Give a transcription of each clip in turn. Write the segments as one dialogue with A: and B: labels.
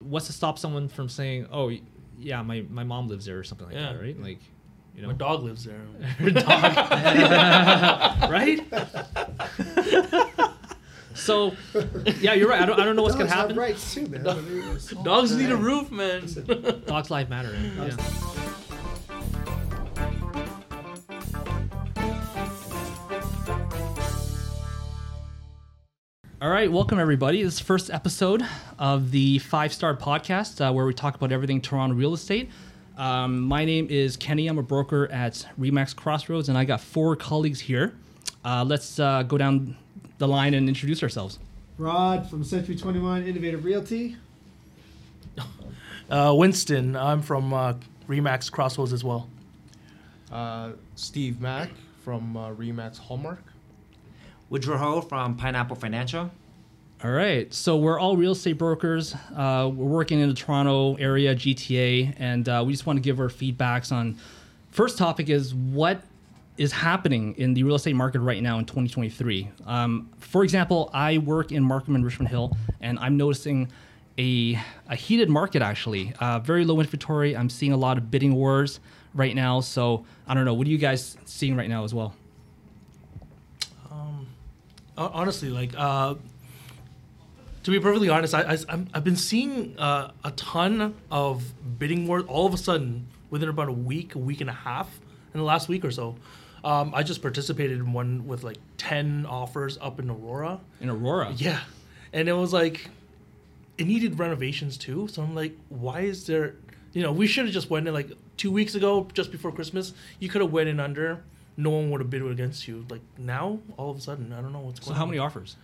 A: what's to stop someone from saying, "Oh, y- yeah, my my mom lives there" or something like
B: Yeah.
A: that, right? Like, you know,
B: My dog lives there.
A: Her dog. right? so, yeah, you're right. I don't, I don't know what's going
C: Dogs
A: to
C: have
A: happen.
C: rights too, man. I mean, it's all
B: Dogs need a
C: bad.
B: roof, man.
A: Dogs' life matter. Yeah. All right, welcome everybody. This is the first episode of the Five Star Podcast, uh, where we talk about everything Toronto real estate. Um, my name is Kenny. I'm a broker at Remax Crossroads, and I got four colleagues here. Uh, let's uh, go down the line and introduce ourselves.
C: Rod from Century 21 Innovative Realty.
B: Uh, Winston, I'm from uh, Remax Crossroads as well.
D: Uh, Steve Mack from uh, Remax Hallmark.
E: Woodrow Ho from Pineapple Financial.
A: All right, so we're all real estate brokers. Uh, we're working in the Toronto area, GTA, and uh, we just want to give our feedbacks on. First topic is what is happening in the real estate market right now in 2023. Um, for example, I work in Markham and Richmond Hill, and I'm noticing a, a heated market actually. Uh, very low inventory. I'm seeing a lot of bidding wars right now. So I don't know. What are you guys seeing right now as well?
B: Hon- honestly, like uh, to be perfectly honest, I, I I'm, I've been seeing uh, a ton of bidding wars all of a sudden within about a week, a week and a half in the last week or so. Um, I just participated in one with like ten offers up in Aurora.
A: In Aurora.
B: Yeah, and it was like it needed renovations too. So I'm like, why is there? You know, we should have just went in like two weeks ago, just before Christmas. You could have went in under. No one would have bid against you. Like now, all of a sudden, I don't know what's going.
A: So
B: on.
A: how many offers?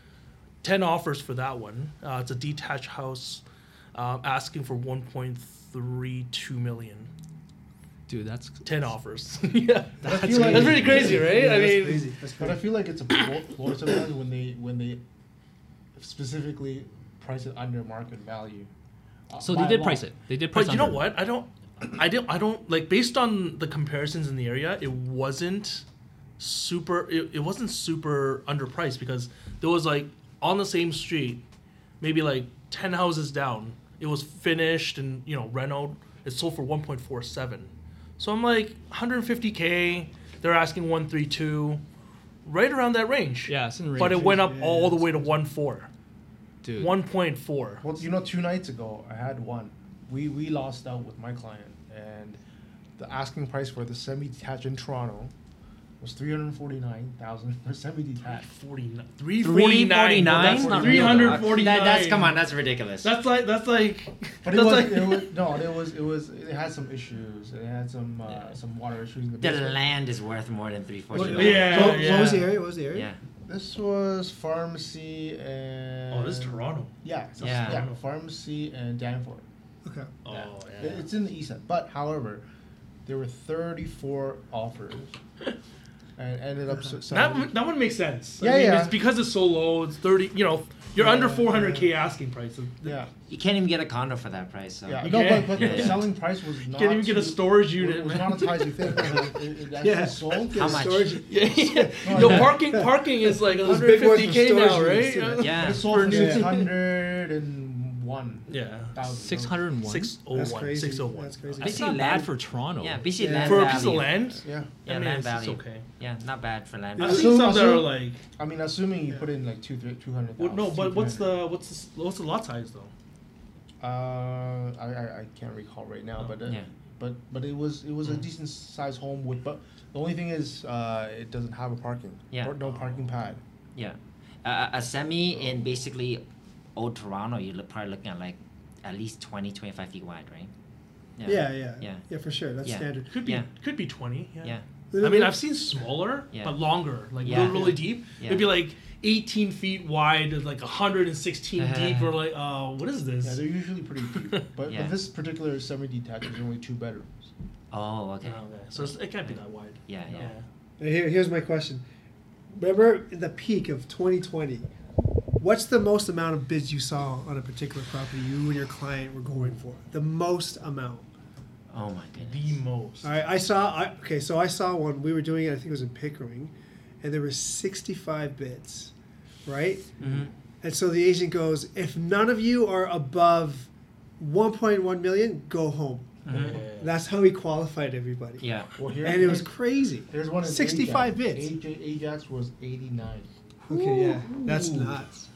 B: 10 offers for that one. Uh, it's a detached house um, asking for 1.32 million.
A: Dude, that's
B: 10 offers. yeah.
C: That's,
B: That's pretty crazy, right?
C: Yeah,
B: I
C: that's
B: mean,
C: crazy. That's
D: But
C: crazy.
D: I feel like it's a pl- ploy sometimes when they when they specifically price it under market value. Uh,
A: So
D: by
A: they
D: a
A: did
D: lot.
A: price it. They did price.
B: But you know
A: under.
B: what? I don't, I don't, I don't, like, based on the comparisons in the area, it wasn't super, it, it wasn't super underpriced because there was, like, on the same street, maybe like 10 houses down, it was finished and, you know, renoed. It sold for 1.47. So I'm like, 150K, they're asking 132, right around that range.
A: Yeah, it's in range.
B: But it went up
C: Yeah,
B: all the
C: it's-
B: way to 1.4.
A: Dude.
B: 1.4.
D: Well, you know, two nights ago I had one. We we lost out with my client, and the asking price for the semi-detached in Toronto was three hundred forty-nine thousand for semi-detached.
B: 49, 349.
E: 349?
B: Well, that's
E: That's not
D: real, though.
B: 349.
E: That, that's come on, that's ridiculous.
B: That's like that's like.
D: But it
B: that's
D: was,
B: like,
D: it was no, it was it was it had some issues. It had some uh, some water issues in the
E: the
D: basement.
E: land is worth more than three forty.
B: Well, yeah.
C: What- what, was the
B: yeah.
C: area? What was the area?
E: Yeah.
D: This was pharmacy and.
B: oh, this is Toronto.
D: Yeah, it's
E: Yeah.
D: yeah, pharmacy and Danforth.
C: Okay.
B: Oh
D: Yeah. It-
B: yeah.
D: It's in the east end. But however, there were 34 offers, and ended up so. so-
B: that one- that one makes sense.
D: Yeah, yeah.
B: It's because it's so low. It's thirty. You know, you're
D: Yeah,
B: under 400k asking price.
D: yeah,
E: You can't even get a condo for that price. So.
D: yeah.
B: You
D: No,
B: can't-
D: but, but
E: yeah,
D: the
E: yeah.
D: selling price was not.
B: Can't even get a
D: too-
B: storage
D: was-
B: unit.
D: Was
B: man.
D: not a tidy thing. It, it, it actually
C: Yeah.
D: sold.
E: How
C: Get
E: much?
C: storage-
B: yeah, yeah. No parking. Parking is like
C: Those big ones with
B: 150k now,
C: storage
B: right?
C: units, yeah.
E: Yeah.
D: It sold for
C: new- Yeah.
D: 601.
B: Yeah.
A: Six hundred and one.
B: Six oh
C: That's
B: one.
C: crazy.
B: Six oh one.
C: That's crazy.
A: That's
E: see
A: not
E: land-
A: bad for Toronto.
E: Yeah, BC
C: Yeah.
E: land
B: For a
E: value.
B: piece of land.
D: Yeah.
E: Yeah,
B: I mean,
E: land
B: it's, it's
E: value.
B: okay.
E: Yeah, not bad for land.
B: I've
D: Yeah.
E: value.
B: seen
D: So-
B: some that
D: so-
B: are like.
D: I mean, assuming you put in like two, three, two hundred.
B: Well, no, but what's the what's the, s- what's the lot size though?
D: Uh, I, I, I can't recall right now, but uh,
E: Oh, Yeah. Mm.
D: but but it was it was a decent sized home with but the only thing is uh, it doesn't have a parking
E: Yeah.
D: or no parking pad.
E: Yeah. Uh, a semi in basically old Toronto, you're lo- probably looking at like at least 20, 25 feet wide, right?
C: Yeah, yeah, yeah,
E: Yeah.
C: for sure. That's
E: Yeah.
C: standard.
B: Could be
E: Yeah.
B: could be twenty. Yeah.
E: Yeah.
B: I mean, I've seen smaller
E: Yeah.
B: but longer, like
E: Yeah.
B: really deep.
E: Yeah.
B: It'd be like eighteen feet wide, and, like hundred and sixteen deep. We're like, uh, what is
D: Yeah,
B: this?
D: they're usually pretty deep, but,
E: Yeah.
D: but this particular semi-detached is only two bedrooms.
E: Oh, okay.
B: Oh, okay. So it's, it can't be that wide.
E: Yeah, yeah.
C: Here, here's my question. Remember the peak of 2020. What's the most amount of bids you saw on a particular property you and your client were going for? The most amount.
E: Oh my goodness.
B: The most.
C: All right, I saw. I, okay, so I saw one. We were doing it. I think it was in Pickering, and there were 65 bids, right?
E: Mm-hmm.
C: And so the agent goes, "If none of you are above 1.1 million, go home. That's how he qualified everybody.
E: Yeah.
D: Well, here,
C: And it was crazy.
D: There's one. in
C: 65
D: Ajax.
C: bids.
D: AJ Ajax was 89.
C: Okay, yeah. That's
D: Ooh.
C: nuts.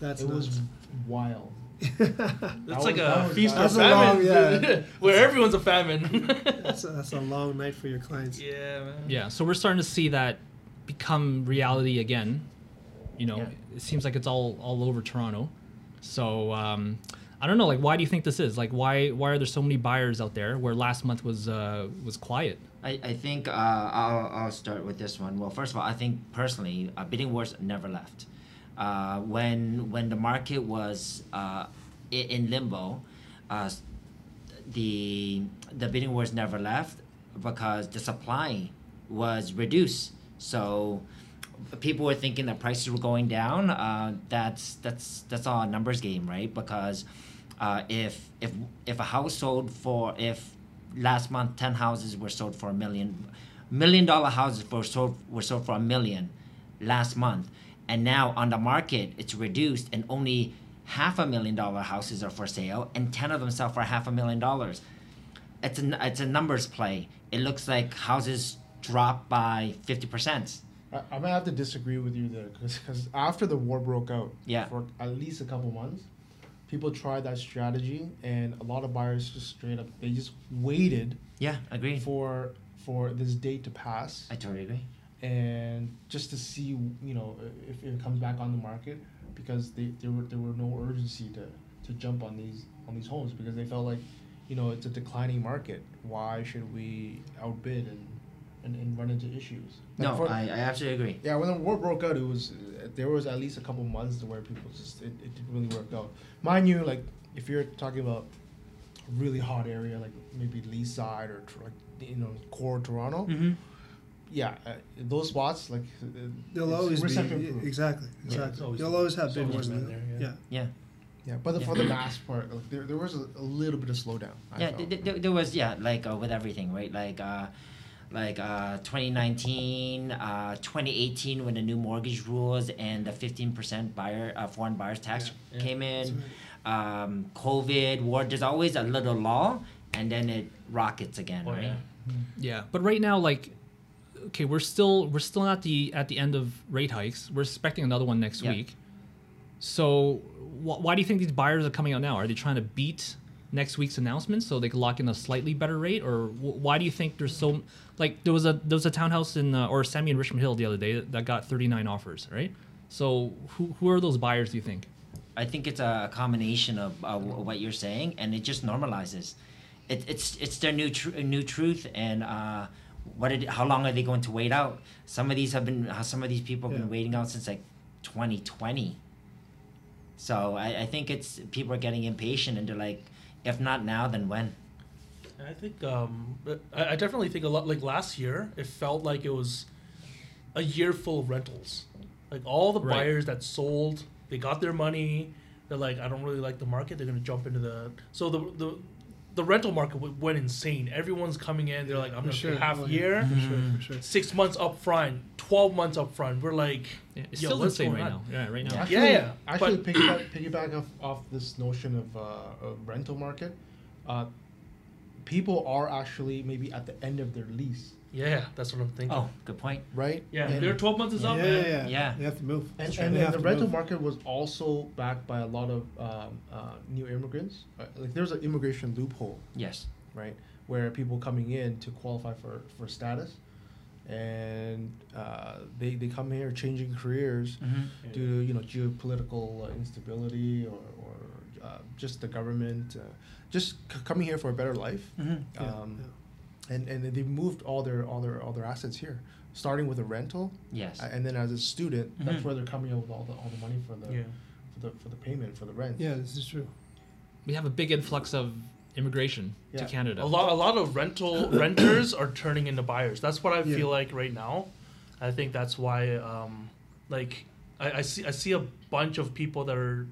C: That's
D: it was
C: nuts.
D: wild.
B: That's
D: was-
B: like
D: that
B: a
D: was-
B: feast of
C: that's a long-
B: famine,
C: yeah.
B: where everyone's a famine.
C: that's, a, that's a long night for your clients.
B: yeah, man.
A: Yeah, so we're starting to see that become reality again. You know,
D: Yeah.
A: it seems like it's all all over Toronto. So um, I don't know, like, why do you think this is? Like, why why are there so many buyers out there where last month was uh, was quiet?
E: I, I think uh, I'll, I'll start with this one. Well, first of all, I think personally, uh, bidding wars never left. Uh, when when the market was uh, i- in limbo, uh, s- the the bidding wars never left because the supply was reduced. So people were thinking that prices were going down. Uh, that's that's that's all a numbers game, right? Because uh, if if if a household for if last month ten houses were sold for a million, million dollar houses for sold were sold for a million last month, and now on the market it's reduced and only half a million dollar houses are for sale and ten of them sell for half a million dollars it's a it's a numbers play. It looks like houses drop by fifty percent.
D: I, I'm gonna have to disagree with you there, because after the war broke out,
E: Yeah.
D: for at least a couple months, people tried that strategy, and a lot of buyers just straight up they just waited
E: Yeah, agree.
D: for for this date to pass,
E: I totally agree.
D: and just to see you know if, if it comes back on the market, because they there were there were no urgency to to jump on these on these homes because they felt like, you know, it's a declining market. Why should we outbid and and, and run into issues? Like,
E: No,
D: for-
E: I, I absolutely agree.
D: yeah, when the war broke out, it was there was at least a couple months to where people just it, it didn't really work out. Mind you, like if you're talking about a really hot area, like maybe Lee Side or Tor- you know core Toronto,
E: Mm-hmm.
D: yeah, uh, those spots like uh,
C: They'll
D: it's
C: always be. e-,
D: recession-proof.
C: Exactly.
B: it's
C: Exactly.
B: always-
C: You'll always have
B: it's
C: big
B: always
C: ones.
B: been
C: there,
B: there,
C: yeah.
B: yeah.
E: Yeah,
D: Yeah, but the-
E: Yeah.
D: for the mass part, like there, there was a, a little bit of slowdown. I
E: yeah.
D: felt.
E: th- th- th- there was yeah, like uh, with everything, right? Like. Uh, like uh, 2019, uh, 2018, when the new mortgage rules and the 15% buyer uh, foreign buyers tax
B: Yeah, yeah.
E: came in, um, COVID, war. There's always a little lull, and then it rockets again,
B: Oh,
E: right?
B: yeah.
A: Yeah, but right now, like, okay, we're still we're still not the at the end of rate hikes. We're expecting another one next
E: Yeah.
A: week. So wh- why do you think these buyers are coming out now? Are they trying to beat next week's announcement so they can lock in a slightly better rate, or wh- why do you think there's so like there was a there was a townhouse in uh, or a semi in Richmond Hill the other day that, that got 39 offers, right? So who who are those buyers? Do you think?
E: I think it's a combination of uh, wh- what you're saying, and it just normalizes. It, it's it's their new tr- new truth, and uh, what it, how long are they going to wait out? Some of these have been how some of these people have been
C: Yeah.
E: waiting out since like 2020. So I, I think it's people are getting impatient, and they're like, if not now, then when?
B: I think um, but I, I definitely think a lot. Like last year, it felt like it was a year full of rentals. Like all the
A: Right.
B: buyers that sold, they got their money. They're like, I don't really like the market. They're gonna jump into the so the the. The rental market w- went insane. Everyone's coming in. They're like, I'm
C: For
B: gonna
C: sure.
B: pay half
C: Oh,
B: a
C: yeah.
B: year,
A: Mm-hmm.
C: For sure. For sure.
B: six months up front, twelve months up front. We're like,
A: Yeah, Eh, it's
B: Yo,
A: still
B: what's
A: insane
B: going
A: right
B: on?
A: now. Yeah, right now.
D: Actually,
B: yeah,
D: Actually,
B: but-
D: piggyback, piggyback off, off this notion of uh, uh, rental market, uh, people are actually maybe at the end of their lease,
B: yeah, that's what I'm thinking.
E: Oh, good point.
D: right?
B: Yeah,
D: And-
B: their twelve months is
C: Yeah,
B: up,
C: yeah,
B: man.
C: yeah.
E: Yeah.
C: You have to move.
D: And,
C: That's right,
D: and,
C: they
D: and
C: have
D: the
C: to
D: rental
C: move.
D: market was also backed by a lot of um, uh, new immigrants. Uh, Like there's an immigration loophole,
E: Yes.
D: right, where people coming in to qualify for, for status, and uh, they they come here changing careers
B: Mm-hmm.
E: Mhm.
D: due to you know geopolitical uh, instability or, or uh, just the government, uh, just c- coming here for a better life.
B: Mm-hmm.
E: Mhm.
C: Yeah,
D: Um, And, and they moved all their all their all their assets here, starting with a rental,
E: Yes.
D: uh, and then as a student, that's
E: Mhm.
D: where they're coming up with all the all the money for the
B: Mm-hmm. Yeah.
D: for the for the payment for the rent.
C: yeah. yeah, this is true.
A: We have a big influx of immigration to
D: Yeah.
A: Canada.
B: A lot, a lot of rental renters are turning into buyers. That's what I
C: Yeah.
B: feel like right now. I think that's why, um, like, I, I see, I see a bunch of people that are,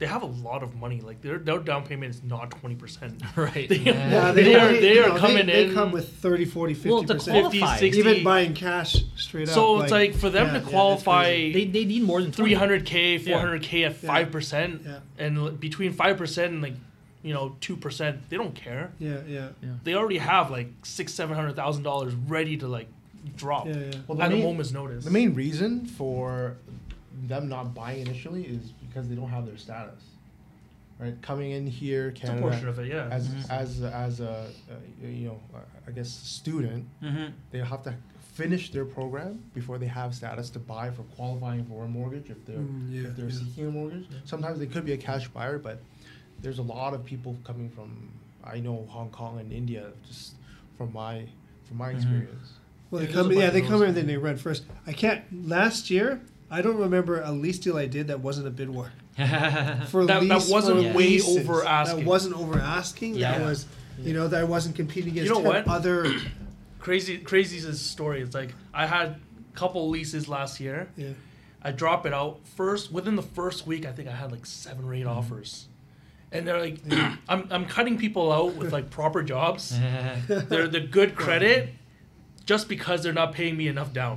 B: they have a lot of money. Like their their down payment is not twenty percent.
A: right.
B: They,
C: Yeah,
B: they, are they
C: you
B: are
C: know,
B: coming
C: they,
B: in.
C: They come with 30, 40, 50
A: Well, to
C: percent.
A: qualify,
B: 50,
A: qualified.
B: 60.
C: Even buying cash straight up.
B: so it's like for them
C: yeah, yeah,
B: to
C: that's
B: qualify
C: crazy.
A: they, they need more than 20.
B: 300k, 400k at
C: Yeah.
B: five percent,
C: Yeah.
B: and l- between five percent and like you know, two percent, they don't care.
C: Yeah, yeah,
B: They already have like six, seven hundred thousand dollars ready to like drop
C: yeah, yeah.
D: Well, the
B: at a
D: main-
B: moment's notice.
D: The main reason for them not buying initially is because they don't have their status, right? Coming in here,
B: it's a
D: Canada,
B: portion of it, yeah.
D: as
C: Mm-hmm.
E: Mhm.
D: as as a uh, you know, I- I guess student,
E: Mm-hmm.
D: they have to finish their program before they have status to buy for qualifying for a mortgage if they're
C: Mm, yeah,
D: if they're
C: yeah.
D: seeking a mortgage. Sometimes they could be a cash buyer, but there's a lot of people coming from I know Hong Kong and India just from my from my
C: Mm-hmm.
E: Mhm.
D: experience.
C: Well, they
B: Yeah,
C: come.
B: there's a
C: Yeah,
B: bunch
C: they
B: of
C: come
B: those.
C: in and they rent first. I can't. Last year, I don't remember a lease deal I did that wasn't a bid war. For
B: That- that
C: lease-
B: wasn't
C: for
B: way
C: leases.
B: over asking.
C: That wasn't over asking. That
E: Yeah.
C: was, you know, that I wasn't competing against
B: know what?
C: other.
B: crazy crazy's his story. It's like I had a couple leases last year.
C: Yeah.
B: I drop it out first within the first week. I think I had like seven or 8 offers, and they're like, I'm I'm cutting people out with like proper jobs. they're the good credit, just because they're not paying me enough down.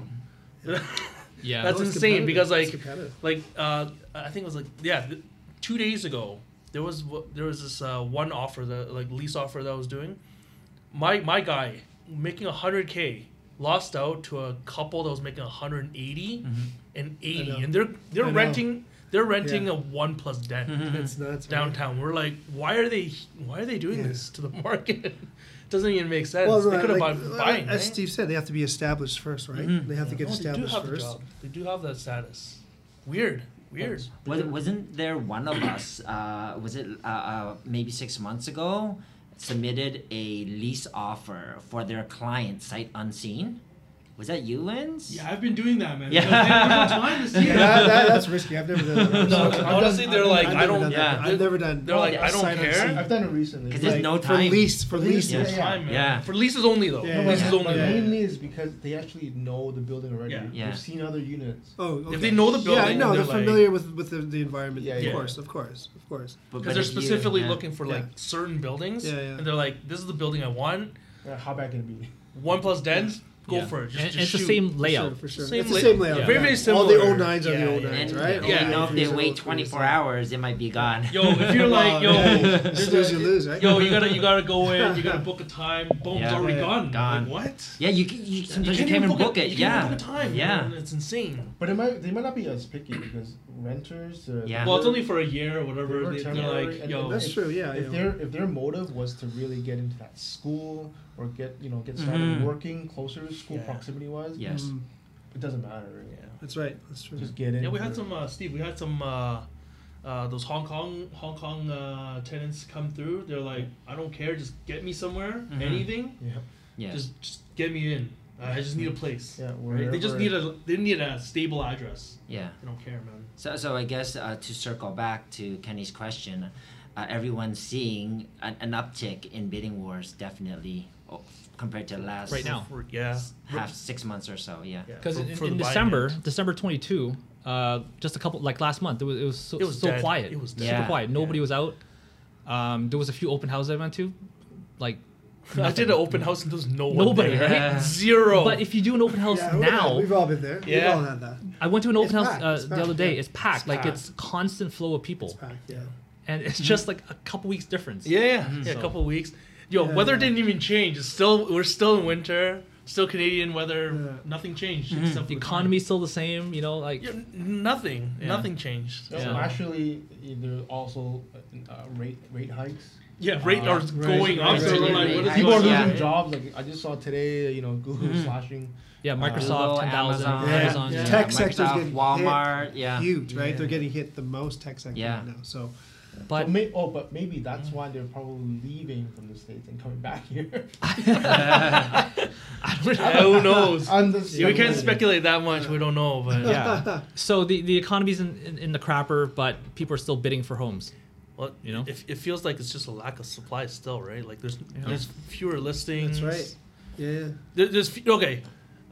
A: Yeah.
B: That's
C: That was
B: insane
C: competitive.
B: because
C: That was
B: like
C: competitive.
B: like uh, I think it was like yeah, th- two days ago there was w- there was this uh, one offer that like lease offer that I was doing. My my guy making hundred k lost out to a couple that was making 180
E: Hmm. Mm-hmm.
B: and
C: I
B: 80
C: know.
B: and they're
C: I
B: they're
C: know.
B: renting they're renting
C: Yeah.
B: a one plus debt
C: That's nuts. man.
B: downtown we're like why are they why are they doing
C: Yeah.
B: this to the market doesn't even make sense
C: Well,
B: they
C: no,
B: could have
C: like-
B: bought buying
C: as
B: right?
C: Steve said, they have to be established first, right? They have to get
B: No, they do
C: established
B: have the
C: first.
B: job they do have that status weird weird
E: Was, wasn't there one of us? Uh, was it uh, uh, maybe six months ago? Submitted a lease offer for their client sight unseen. Was that you, Lens?
F: Yeah, I've been doing that, man.
E: Yeah.
F: Because I have no time to see
C: Yeah,
F: it.
C: that, that, that's risky. I've never done that.
B: No,
C: I've
B: honestly, they're like,
C: I've
B: I
C: never
B: don't-
C: done that.
E: yeah.
C: I've never done.
B: they're like i don't
C: sight unseen.
B: care
D: I've done it recently.
E: 'Cause there's
C: like,
E: no
C: For
E: time.
C: lease, for lease.
E: Yeah.
D: Yeah.
B: Time, man.
E: Yeah.
B: for leases only though
C: Yeah,
B: leases
C: yeah.
B: only
D: But
C: Yeah.
D: mainly is because they actually know the building already.
B: Yeah.
E: Yeah.
D: They've seen other units.
C: Oh, okay.
B: If they know the
C: Yeah, I
B: building,
C: know. They're,
B: they're like-
C: familiar with with the, the environment.
D: Yeah,
C: of
D: yeah.
C: course, of course, of course.
E: But- but
B: because they're
E: if you-
B: specifically
E: yeah.
B: looking for like
C: Yeah.
B: certain buildings
C: Yeah, yeah.
B: and they're like this is the building i want
D: Yeah, How bad can it be?
B: one plus dens go
A: Yeah.
B: for it just,
A: And- and
B: just
A: it's the
B: shoot.
A: same
C: For
A: layout.
C: sure, for sure.
B: Same
C: it's the
B: lay-
C: same layout.
B: yeah. Very, very
C: All the
B: similar.
C: old nines are
B: Yeah,
C: the old
B: yeah.
C: nines,
E: And
C: right?
E: you
B: Yeah.
E: know, if they
C: Old
E: wait
C: threes, old
E: 24
C: threes.
E: hours, it might be gone.
B: Yo, if you're like, yo,
C: You
B: there's
C: snooze,
B: a-
C: you Oh, lose, right?
B: yo, you gotta, you gotta go in. You gotta book a time. Boom, it's
E: Yeah.
B: already
C: Yeah.
B: gone.
E: Gone.
B: Like, what?
E: Yeah, you, can- you sometimes you
B: can't
E: can't even
B: a-
E: book it.
B: You can't
E: Yeah.
B: even book a time.
E: Yeah.
B: man. it's insane.
D: But it might they might not be as picky because renters. Uh,
E: Yeah.
B: Well, it's only for a year or whatever. They,
D: Temporary,
B: they're like,
D: and-
B: yo,
D: and
C: That's true. Yeah.
D: If
C: yeah.
D: their if their motive was to really get into that school or get you know get started
E: Mhm.
D: working closer to school
B: Yeah.
D: proximity wise,
E: Yes.
C: Mm,
D: it doesn't matter. Really.
C: that's right. That's true.
D: Just get in.
B: yeah. We had
D: for-
B: some uh, Steve. We had some uh, uh, those Hong Kong Hong Kong uh, tenants come through. They're like, I don't care. Just get me somewhere.
E: Mhm.
B: Anything.
D: Yeah,
E: Yeah.
B: Just, just get me in. I just need a place.
D: yeah.
B: Right? They just
D: wherever-
B: need a they need a stable address.
E: yeah.
B: They don't care, man.
E: So, so I guess uh, to circle back to Kenny's question, uh, everyone's seeing an, an uptick in bidding wars definitely oh, compared to last
A: Right now.
B: For- yeah.
E: half six months or so. Yeah.
B: Yeah,
A: Because
B: for-
A: in,
B: for
A: in
B: the Biden
A: December,
B: end.
A: December 22, uh, just a couple, like last month, it was, it was so,
B: It was
A: so
B: dead.
A: quiet.
B: It was
A: super
E: dead. Yeah.
A: quiet. Nobody was out. Um, there was a few open houses I went to, like.
B: I did
A: nothing.
B: an open house and there's no one.
A: Nobody,
B: there.
E: right?
B: Zero.
A: But if you do an open house
C: Yeah, we've all-
A: now,
C: we've all been there.
B: Yeah.
C: We've all had that.
A: I went to an open
C: It's
A: house
C: packed,
A: uh,
C: it's
A: the other
C: packed,
A: day.
C: yeah.
A: It's packed.
B: It's
A: like
B: packed.
A: it's constant flow of people,
C: It's packed, yeah.
A: and it's just like a couple weeks difference.
B: yeah, yeah, yeah,
A: So-
B: a couple weeks. Yo,
C: Yeah,
B: weather
C: yeah.
B: didn't even change. It's still we're still in winter. Still Canadian weather.
C: Yeah.
B: Nothing changed except
A: The
B: for
A: economy's still the same. You know,
B: time.
A: like
B: Yeah, n- nothing.
A: Yeah.
B: Nothing changed.
D: No,
A: Yeah.
D: Actually, there are also uh, uh, rate rate hikes.
B: Yeah, rate
D: Uh,
B: are going up.
C: right,
B: so we're
E: right,
B: like,
E: right.
B: what is
D: People are
B: going
D: losing
E: Yeah.
B: on?
D: jobs. Like I just saw today, you know, Google
E: Mhm.
D: slashing.
A: yeah,
E: Google,
A: Microsoft, ten thousand,
E: Amazon,
C: Yeah.
A: Amazon.
C: Yeah.
A: yeah.
C: Tech sector's
E: Microsoft,
C: getting hit.
E: Walmart. Yeah.
C: Huge, right? They're
B: Yeah.
C: getting hit the most tech sector
E: Yeah.
C: right now. So
A: But
D: so may, oh, but maybe that's why they're probably leaving from the states and coming back here.
A: I don't know.
B: Yeah, who knows?
D: On the
B: Yeah, we can't
D: same-
B: speculate that much. We don't know, but
A: yeah. So the the economy's in, in, in the crapper, but people are still bidding for homes.
B: Well,
A: You know?
B: it, it feels like it's just a lack of supply still, right? Like there's there's fewer listings.
C: that's right. Yeah.
B: There, there's fe- okay.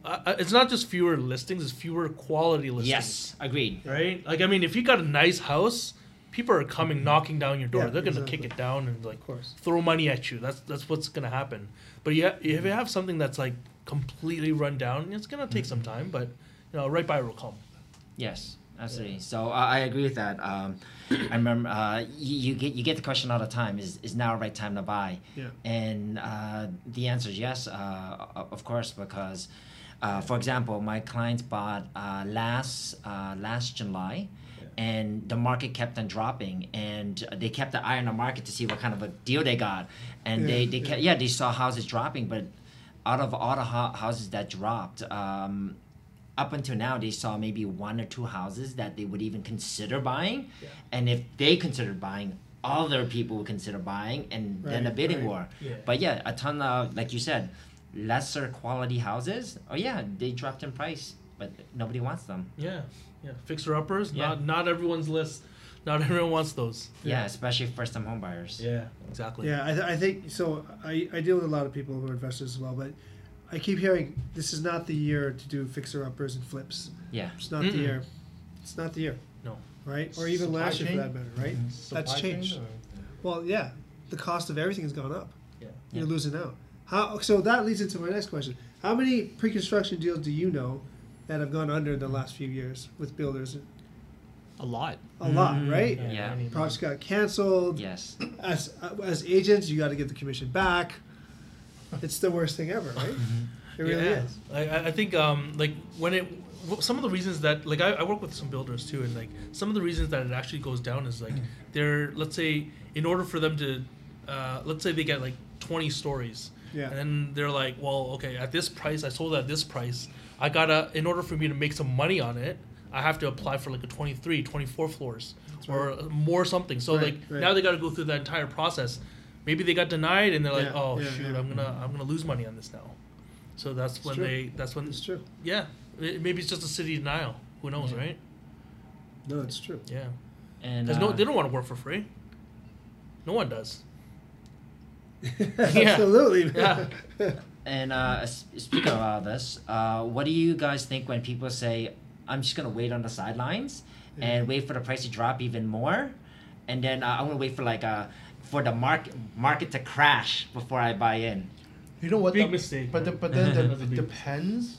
B: Uh, uh, it's not just fewer listings; it's fewer quality listings.
E: Yes. Agreed.
B: Right. Like I mean, if you got a nice house, people are coming knocking down your door.
C: Yeah,
B: They're gonna
C: exactly.
B: kick it down and like
C: Of course.
B: throw money at you. That's that's what's gonna happen. But yeah, if you have something that's like Mm-hmm. completely run down, it's gonna take some time. But you know, right by will come.
E: Yes. absolutely. So uh, I I agree with that. Um, I remember uh, you, you get you get the question all the time: Is is now the right time to buy?
C: Yeah.
E: And uh, the answer is yes, uh, o- of course, because, uh, for example, my clients bought uh, last uh, last July. And the market kept on dropping, and they kept an eye on the market to see what kind of a deal they got, and they
C: Yeah,
E: they
C: yeah.
E: kept, yeah they saw houses dropping, but out of all the hou- houses that dropped, um, up until now they saw maybe one or two houses that they would even consider buying and if they considered buying other people would consider buying and then a
C: Right,
E: bidding
C: right.
E: war
B: Yeah.
E: but yeah a ton of like you said lesser quality houses oh yeah they dropped in price but nobody wants them
B: Yeah, yeah. Fixer uppers.
E: Yeah.
B: Not not everyone's list. Not everyone wants those.
E: yeah, especially first time home buyers
B: Yeah, exactly.
C: Yeah, I, th- I think so. I, I deal with a lot of people who are investors as well, but I keep hearing this is not the year to do fixer uppers and flips.
E: yeah
C: It's not the
B: Mm-mm.
C: year. It's not the year.
B: No.
C: Right? Or even
D: Supply
C: last year
D: chain? Mm-hmm.
C: for that matter, right?
D: Supply
C: That's
D: chain
C: changed.
D: or-
C: Well, yeah. The cost of everything has gone up.
B: Yeah.
C: You're losing out. How so that leads into my next question. How many pre construction deals do you know that have gone under in the last few years with builders?
A: A lot.
C: A
B: Mm,
C: lot, right?
E: Mm-hmm. Yeah.
B: any-
C: Projects got canceled.
E: yes
C: as as agents, you got to give the commission back. It's the worst thing ever, right? It really
B: Mm-hmm. yeah.
C: is.
B: I- I, I think um, like when it w- some of the reasons that like I, I work with some builders too and like some of the reasons that it actually goes down is
C: Mm.
B: like they're let's say in order for them to uh, let's say they get like 20 stories
C: Yeah.
B: and then they're like well okay at this price I sold it at this price I gotta in order for me to make some money on it I have to apply for like a 23 24 floors or more something so
C: Right,
B: like
C: right.
B: now they gotta go through that entire process maybe they got denied and they're like
C: Yeah,
B: oh
C: yeah,
B: shoot
C: yeah.
B: I'm gonna I'm gonna lose money on this now so that's when
C: true.
B: they. That's when.
C: It's true.
B: Yeah, i- maybe it's just a city denial. Who knows,
E: Yeah.
B: right?
C: No, it's true.
B: Yeah,
E: and
B: because
E: uh,
B: no, they don't want to work for free. No one does.
C: Absolutely. man.
E: And uh, s- speaking of all this, uh, what do you guys think when people say, "I'm just gonna wait on the sidelines and wait for the price to drop even more, and then uh, I'm gonna wait for like uh, for the market market to crash before I buy in"?
D: You know what?
B: Big
D: though?
B: mistake.
D: But the, but then
B: Another
D: the,
B: big-
D: it depends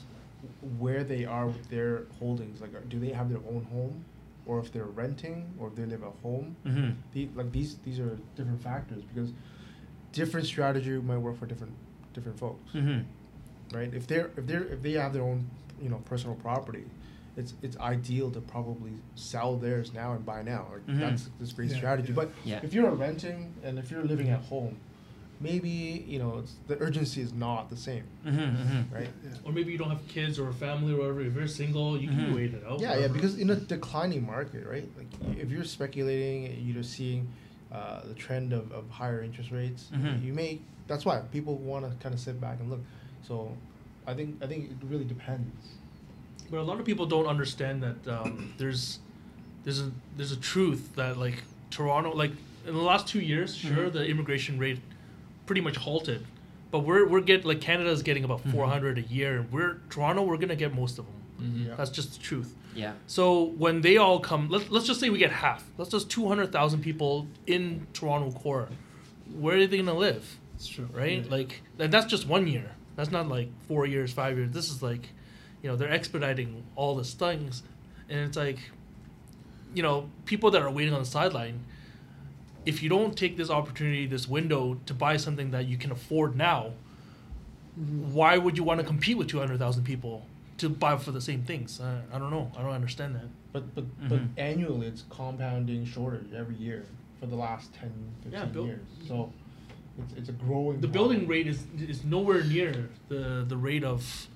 D: where they are with their holdings. Like, do they have their own home, or if they're renting, or if they live at home?
E: Mm-hmm.
D: The, like these these are different factors because different strategy might work for different different folks,
E: Mm-hmm.
D: right? If they're if they're if they have their own you know personal property, it's it's ideal to probably sell theirs now and buy now. Like
E: Mhm.
D: that's this great
C: Yeah,
D: strategy.
C: yeah.
D: But
E: Yeah.
D: if you're renting and if you're living at home, maybe you know it's, the urgency is not the same,
E: Mm-hmm.
D: right?
B: Or maybe you don't have kids or a family or whatever. If you're single, you can
E: Mhm.
B: wait it out.
D: Mm-hmm. Yeah, yeah,
B: whatever.
D: because in a declining market, right? Like y- if you're speculating, you're just seeing uh, the trend of, of higher interest rates.
E: Mhm.
D: You may that's why people want to kind of sit back and look. So, I think I think it really depends.
B: But a lot of people don't understand that um, there's there's a there's a truth that like Toronto, like in the last two years,
D: Mm-hmm.
B: sure the immigration rate pretty much halted, but we're we're get like Canada's getting
D: Mm-hmm.
B: about 400 a year, and we're Toronto, we're gonna get most of them.
D: Yeah.
B: That's just the truth.
E: Yeah.
B: So when they all come, let's, let's just say we get half. Let's just 200,000 people in Toronto core. Where are they going to live?
C: It's true.
B: Right?
C: Yeah.
B: Like, and that's just one year. That's not like four years, five years. This is like, you know, they're expediting all these things. And it's like, you know, people that are waiting on the sideline, if you don't take this opportunity, this window to buy something that you can afford now, why would you want to compete with 200,000 people to buy for the same things? I, I don't know. I don't understand that.
D: But but
B: Mm-hmm.
D: but
E: Mhm.
D: annually, it's compounding shorter every year for the last 10, 15
B: Yeah, buil-
D: years. So, it's it's a growing.
B: The building
D: problem.
B: rate is is nowhere near the the rate of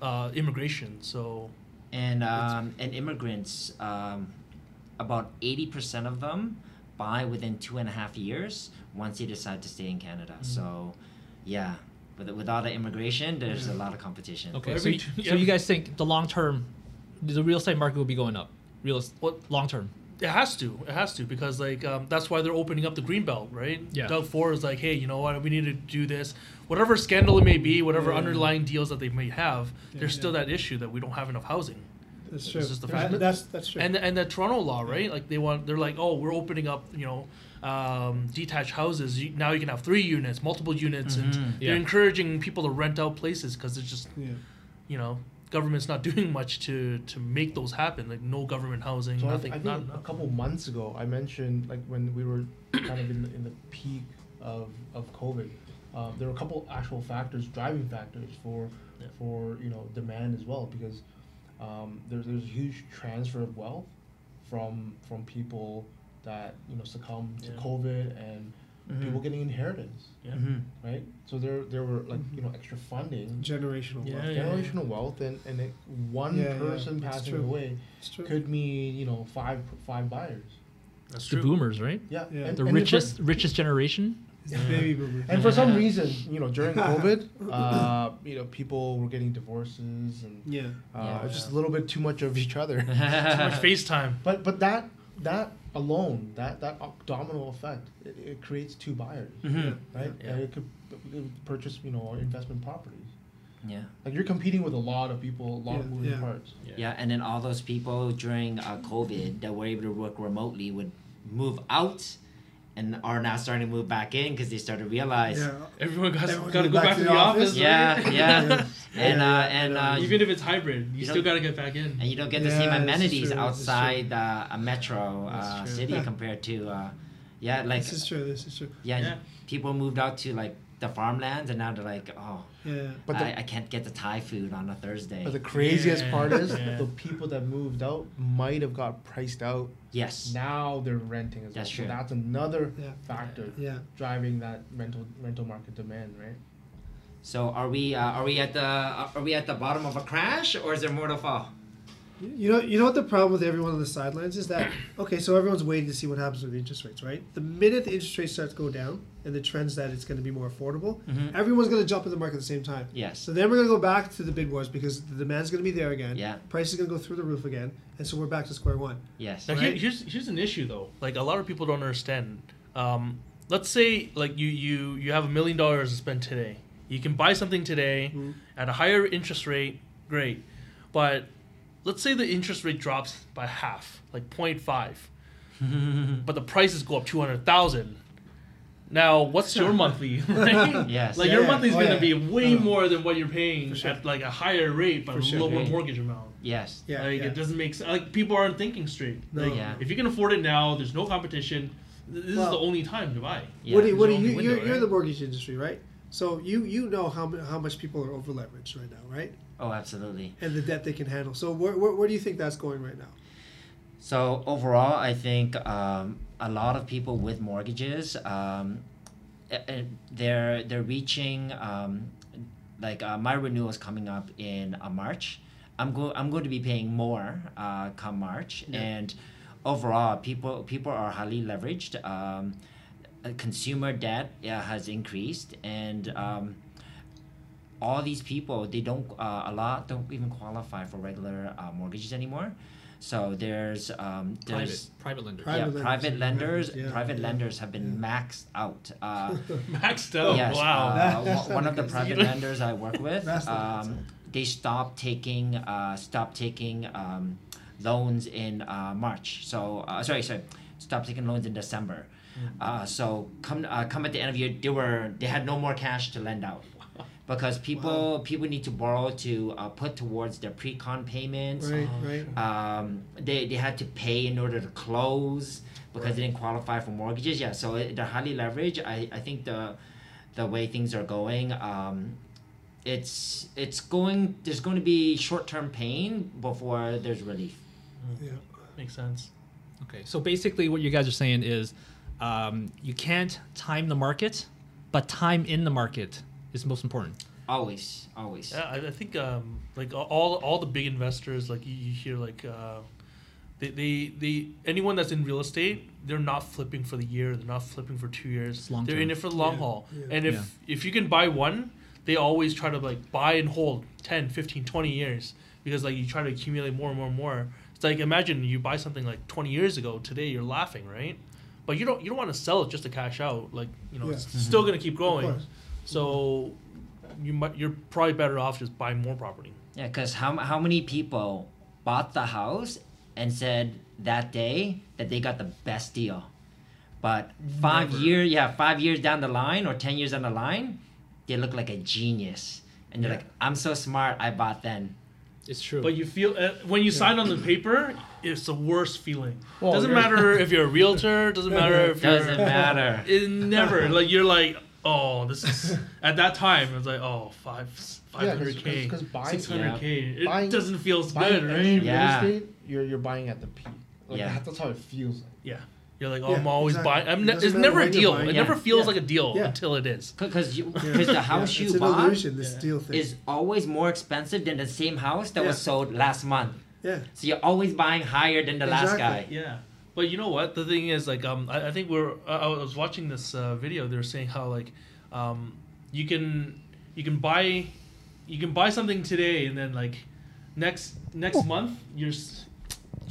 B: uh, immigration. So
E: And um, and immigrants, um, about eighty percent of them buy within two and a half years once they decide to stay in Canada. So, yeah, with with all the immigration, there's a lot of competition.
B: For
G: Okay, so
B: every
G: you,
B: two-
G: so you guys think the long term, the real estate market will be going up? Real what long term?
B: it has to, it has to, because like um, that's why they're opening up the green belt, right?
G: Yeah.
B: Doug Ford is like, hey, you know what? We need to do this. Whatever scandal it may be, whatever underlying deals that they may have, there's still that issue that we don't have enough housing.
C: That's true.
B: It's just the
C: That-
B: fact.
C: that's that's true.
B: And and the Toronto law, right? Like they want, they're like, oh, we're opening up, you know, um, detached houses. You, now you can have three units, multiple units, and
E: Mhm.
B: they're
G: Yeah.
B: encouraging people to rent out places because it's just
C: yeah.
B: you know, government's not doing much to to make those happen. Like no government housing,
D: So I, I
B: nothing.
D: think
B: not,
D: a couple months ago, I mentioned like when we were kind of in the, in the peak of, of COVID, um, there were a couple actual factors, driving factors for
B: Yeah.
D: for you know demand as well because um, there's there's a huge transfer of wealth from from people that you know succumb to
B: Yeah. Mm-hmm.
D: COVID and people getting inheritance,
B: yeah.
C: Mm-hmm.
D: right? So there there were like you know extra funding,
C: Generational
B: Yeah,
C: wealth.
B: yeah, yeah.
D: generational wealth, and and it, one
C: Yeah, yeah,
D: person
C: that's
D: passing
C: true.
D: away
C: It's true.
D: could mean you know five five buyers.
B: That's
G: the
B: true.
G: boomers, right?
D: Yeah,
C: Yeah.
D: and-
G: The
D: and for-
G: richest richest generation.
C: It's the baby boomer.
D: and for some reason, you know, during COVID, uh, you know, people were getting divorces and
C: yeah.
D: uh,
E: Yeah.
D: just a little bit too much of each other.
B: Too much FaceTime.
D: but but that that alone, that that domino effect, it, it creates two buyers, right?
B: Mm-hmm. Yeah.
D: And it could it could purchase, you know, investment properties.
E: Yeah.
D: Like you're competing with a lot of people, a lot of
C: Yeah,
D: moving
C: yeah.
D: parts.
E: Yeah, and then all those people during uh, COVID that were able to work remotely would move out and are now starting to move back in because they started to realize. Yeah,
C: Yeah.
F: Everyone got
C: Everyone
F: got to go back, to the office.
E: yeah.
C: Yeah.
E: And, uh,
C: Yeah,
E: and,
C: yeah.
E: uh,
F: Even if it's hybrid, you,
E: You
F: still
E: don't-
F: got to get back in.
E: and you don't get the
C: Yeah,
E: same
C: that's
E: amenities
C: true, that's true.
E: outside uh, a metro
F: That's
E: uh,
F: true.
E: city
C: Yeah.
E: compared to, uh, yeah, like,
C: This is true. This is true.
E: yeah,
F: Yeah.
E: people moved out to like the farmlands and now they're like, oh,
C: Yeah.
D: But the,
E: I, I can't get the Thai food on a Thursday.
D: but the craziest
F: Yeah,
D: part is
F: yeah.
D: the people that moved out might have got priced out.
E: yes.
D: Now they're renting as
E: That's
D: well.
E: true.
D: So that's another
C: Yeah.
D: factor
C: Yeah.
D: driving that rental rental market demand, right?
E: So are we uh, are we at the uh, are we at the bottom of a crash or is there more to fall?
C: You know, you know what the problem with everyone on the sidelines is that okay, so everyone's waiting to see what happens with interest rates, right? The minute the interest rates start to go down and the trends that it's going to be more affordable,
E: Mhm.
C: everyone's going to jump in the market at the same time.
E: Yes.
C: So then we're going to go back to the bid wars because the demand's going to be there again.
E: Yeah.
C: Price is going to go through the roof again, and so we're back to square one.
E: Yes.
B: Now,
C: Right?
B: here, here's here's an issue though. Like a lot of people don't understand. Um, let's say like you you you have a million dollars to spend today. You can buy something today
C: Mhm.
B: at a higher interest rate. Great, but let's say the interest rate drops by half, like 0.5, but the prices go up two hundred thousand. Now, what's your monthly? like,
E: Yes.
B: like
C: Yeah,
B: your
C: yeah.
B: monthly's
C: Oh,
B: gonna
C: yeah.
B: be way
C: No, no.
B: more than what you're paying
C: sure.
B: at like a higher rate, but
C: For
B: a
C: sure.
B: lower
E: Mhm.
B: mortgage amount.
E: yes.
C: Yeah.
B: like
C: yeah.
B: it doesn't make sense. Like people aren't thinking straight.
C: No.
B: Like,
E: Yeah.
B: If you can afford it now, there's no competition. th- This
C: Well-
B: is the only time to buy.
E: Yeah.
C: what do you,
B: There's
C: what do
B: only
C: you
B: window,
C: you're, you're
B: right?
C: the mortgage industry, right? So you you know how mu- how much people are over leveraged right now, right?
E: oh, absolutely.
C: And the debt they can handle. So where, where, where do you think that's going right now?
E: So overall, I think um, a lot of people with mortgages, um, eh, eh, they're they're reaching um, like uh, my renewal is coming up in uh, March. I'm go- I'm going to be paying more uh, come March, and overall, people people are highly leveraged. Um, uh, consumer debt yeah, has increased, and um, all these people they don't uh, a lot don't even qualify for regular uh, mortgages anymore. So there's um,
G: Private
E: there's
G: private lenders.
C: Private
E: yeah,
C: lenders,
E: private
C: yeah,
E: lenders.
C: yeah,
E: private
C: yeah.
E: lenders have been maxed out. Uh,
B: maxed out.
E: yes,
B: wow.
E: uh,
C: That- that's
E: one- one
C: not
E: of the
C: good.
E: private lenders I work with,
C: That's not good.
E: um, they stopped taking uh, stopped taking um, loans in uh, March. So uh, sorry, sorry, stopped taking loans in December.
C: Hmm.
E: Uh, so come uh, come at the end of year, they were they had no more cash to lend out. Because people people need to borrow to uh, put towards their pre-con payments,
C: Right,
B: uh,
C: right.
E: um, they, they had to pay in order to close because they didn't qualify for mortgages. Yeah, so it, they're highly leveraged. I, I think the the way things are going, um, it's it's going. There's going to be short term pain before there's relief.
C: Yeah.
B: Makes sense.
G: Okay, so basically, what you guys are saying is, um, you can't time the market, but time in the market is most important.
E: Always, always.
B: Yeah, I, I think um, like all- all all the big investors, like you, you hear like uh, they, they they anyone that's in real estate, they're not flipping for the year, they're not flipping for two years.
G: It's long
B: they're
G: term.
B: in it for the long
C: Yeah,
B: haul.
C: yeah.
B: And if
G: Yeah.
B: if you can buy one, they always try to like buy and hold 10, 15, 20 years because like you try to accumulate more and more and more. It's like imagine you buy something like 20 years ago, today you're laughing, right? But you don't you don't want to sell it just to cash out. Like, you know,
C: Yeah.
B: it's still going to
G: Mm-hmm.
B: keep going.
C: course.
B: So you might you're probably better off just buying more property.
E: Yeah, because how, how many people bought the house and said that day that they got the best deal? But five
B: Never.
E: year, yeah, five years down the line or ten years down the line, they look like a genius, and they're
B: Yeah.
E: like, "I'm so smart, I bought then."
G: It's true.
B: But you feel uh, when you sign on the paper, it's the worst feeling.
D: Well,
B: doesn't
D: you're-
B: matter if you're a realtor. Doesn't matter if you're.
E: Doesn't matter.
B: It never like you're like oh this is at that time it's like oh five five
D: Yeah, 'cause-
B: hundred
C: uh,
B: k
D: 'cause- 'cause buying-
B: six hundred k
D: Buying-
B: it doesn't feel as
D: Buying
B: good right
D: any real
E: Yeah.
D: estate, you're you're buying at the peak. Like
E: Yeah.
D: that- that's how it feels like.
B: yeah you're like oh
C: Yeah,
B: I'm always
C: exactly.
B: buying I'm
C: It
B: ne-
C: doesn't
B: it's
C: matter
B: never a
C: when you're
B: deal
C: buying.
B: it
E: Yeah.
B: never feels
C: Yeah.
B: like a deal
C: Yeah.
B: until it is
E: Because you, because the house
C: Yeah,
E: you
C: it's an
E: bought
C: illusion, this
B: Yeah.
C: deal thing.
E: is always more expensive than the same house that was
C: Yeah.
E: sold last month.
C: yeah.
E: So you're always buying higher than the last guy.
C: Exactly.
B: yeah but you know what the thing is like um I, I think we're I, I was watching this uh, video they were saying how like um you can you can buy you can buy something today and then like next next month you're s-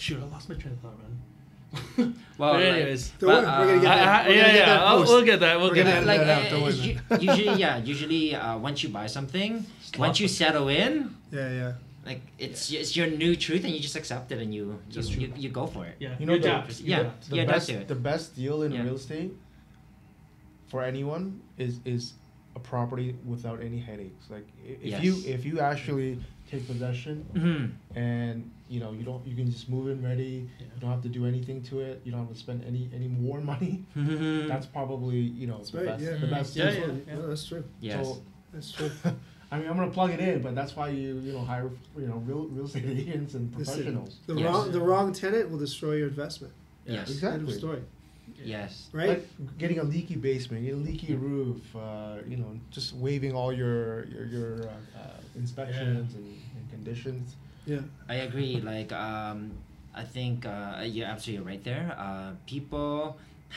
B: shoot I lost my train of thought man.
E: Well, like-
B: anyways.
C: Don't worry,
E: But,
C: we're gonna get
E: uh,
C: that.
B: I- I-
C: we're
B: yeah,
C: gonna get
B: yeah.
C: that
B: I'll-
C: post.
B: we'll get that. We'll
C: We're
B: get
C: gonna
B: that.
C: edit
E: like
C: that out,
E: uh,
C: don't worry,
E: u-
C: man.
E: usually yeah usually uh, once you buy something once you settle in
C: yeah, yeah.
E: like it's it's your new truth and you just accept it and you you,
B: That's true.
E: you, you go for it
B: Yeah,
D: You know the-
B: adapt.
E: yeah.
B: adapt.
D: The
E: Yeah, that's
D: best
E: it.
D: the best deal in
E: Yeah.
D: real estate for anyone is is a property without any headaches. Like i- if you
E: Yes.
D: if you actually take possession
E: Mhm.
D: and you know you don't you can just move in ready.
B: Yeah.
D: You don't have to do anything to it. You don't have to spend any any more money.
E: Mm.
D: That's probably you know the
C: right,
D: best
C: yeah.
D: the best
B: Yeah,
D: deal.
B: yeah.
C: No, that's true.
E: yes
D: So
C: That's true.
D: I mean, I'm gonna plug it in, but that's why you you know hire you know real real estate agents and
C: Listen,
D: professionals.
C: the
E: Yes.
C: wrong the wrong tenant will destroy your investment.
E: yes
C: End of story.
E: yes
C: Right?
D: Like getting a leaky basement, a leaky roof, uh, you know, just waiving all your your, your uh, uh, inspections and, and conditions.
C: yeah.
E: I agree. Like, um, I think uh, you're absolutely right there. Uh, people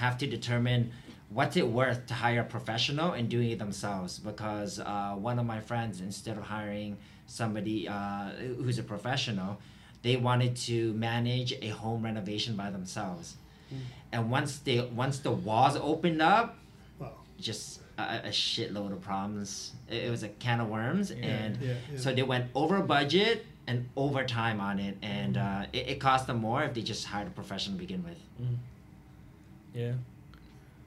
E: have to determine what's it worth to hire a professional and doing it themselves. Because uh, one of my friends, instead of hiring somebody uh, who's a professional, they wanted to manage a home renovation by themselves. And once they once the walls opened up,
C: Wow.
E: just a, a shitload of problems. It, it was a can of worms, and
C: Yeah, yeah.
E: so they went over budget and over time on it, and uh, it, it cost them more if they just hired a professional to begin with.
B: Mm. Yeah.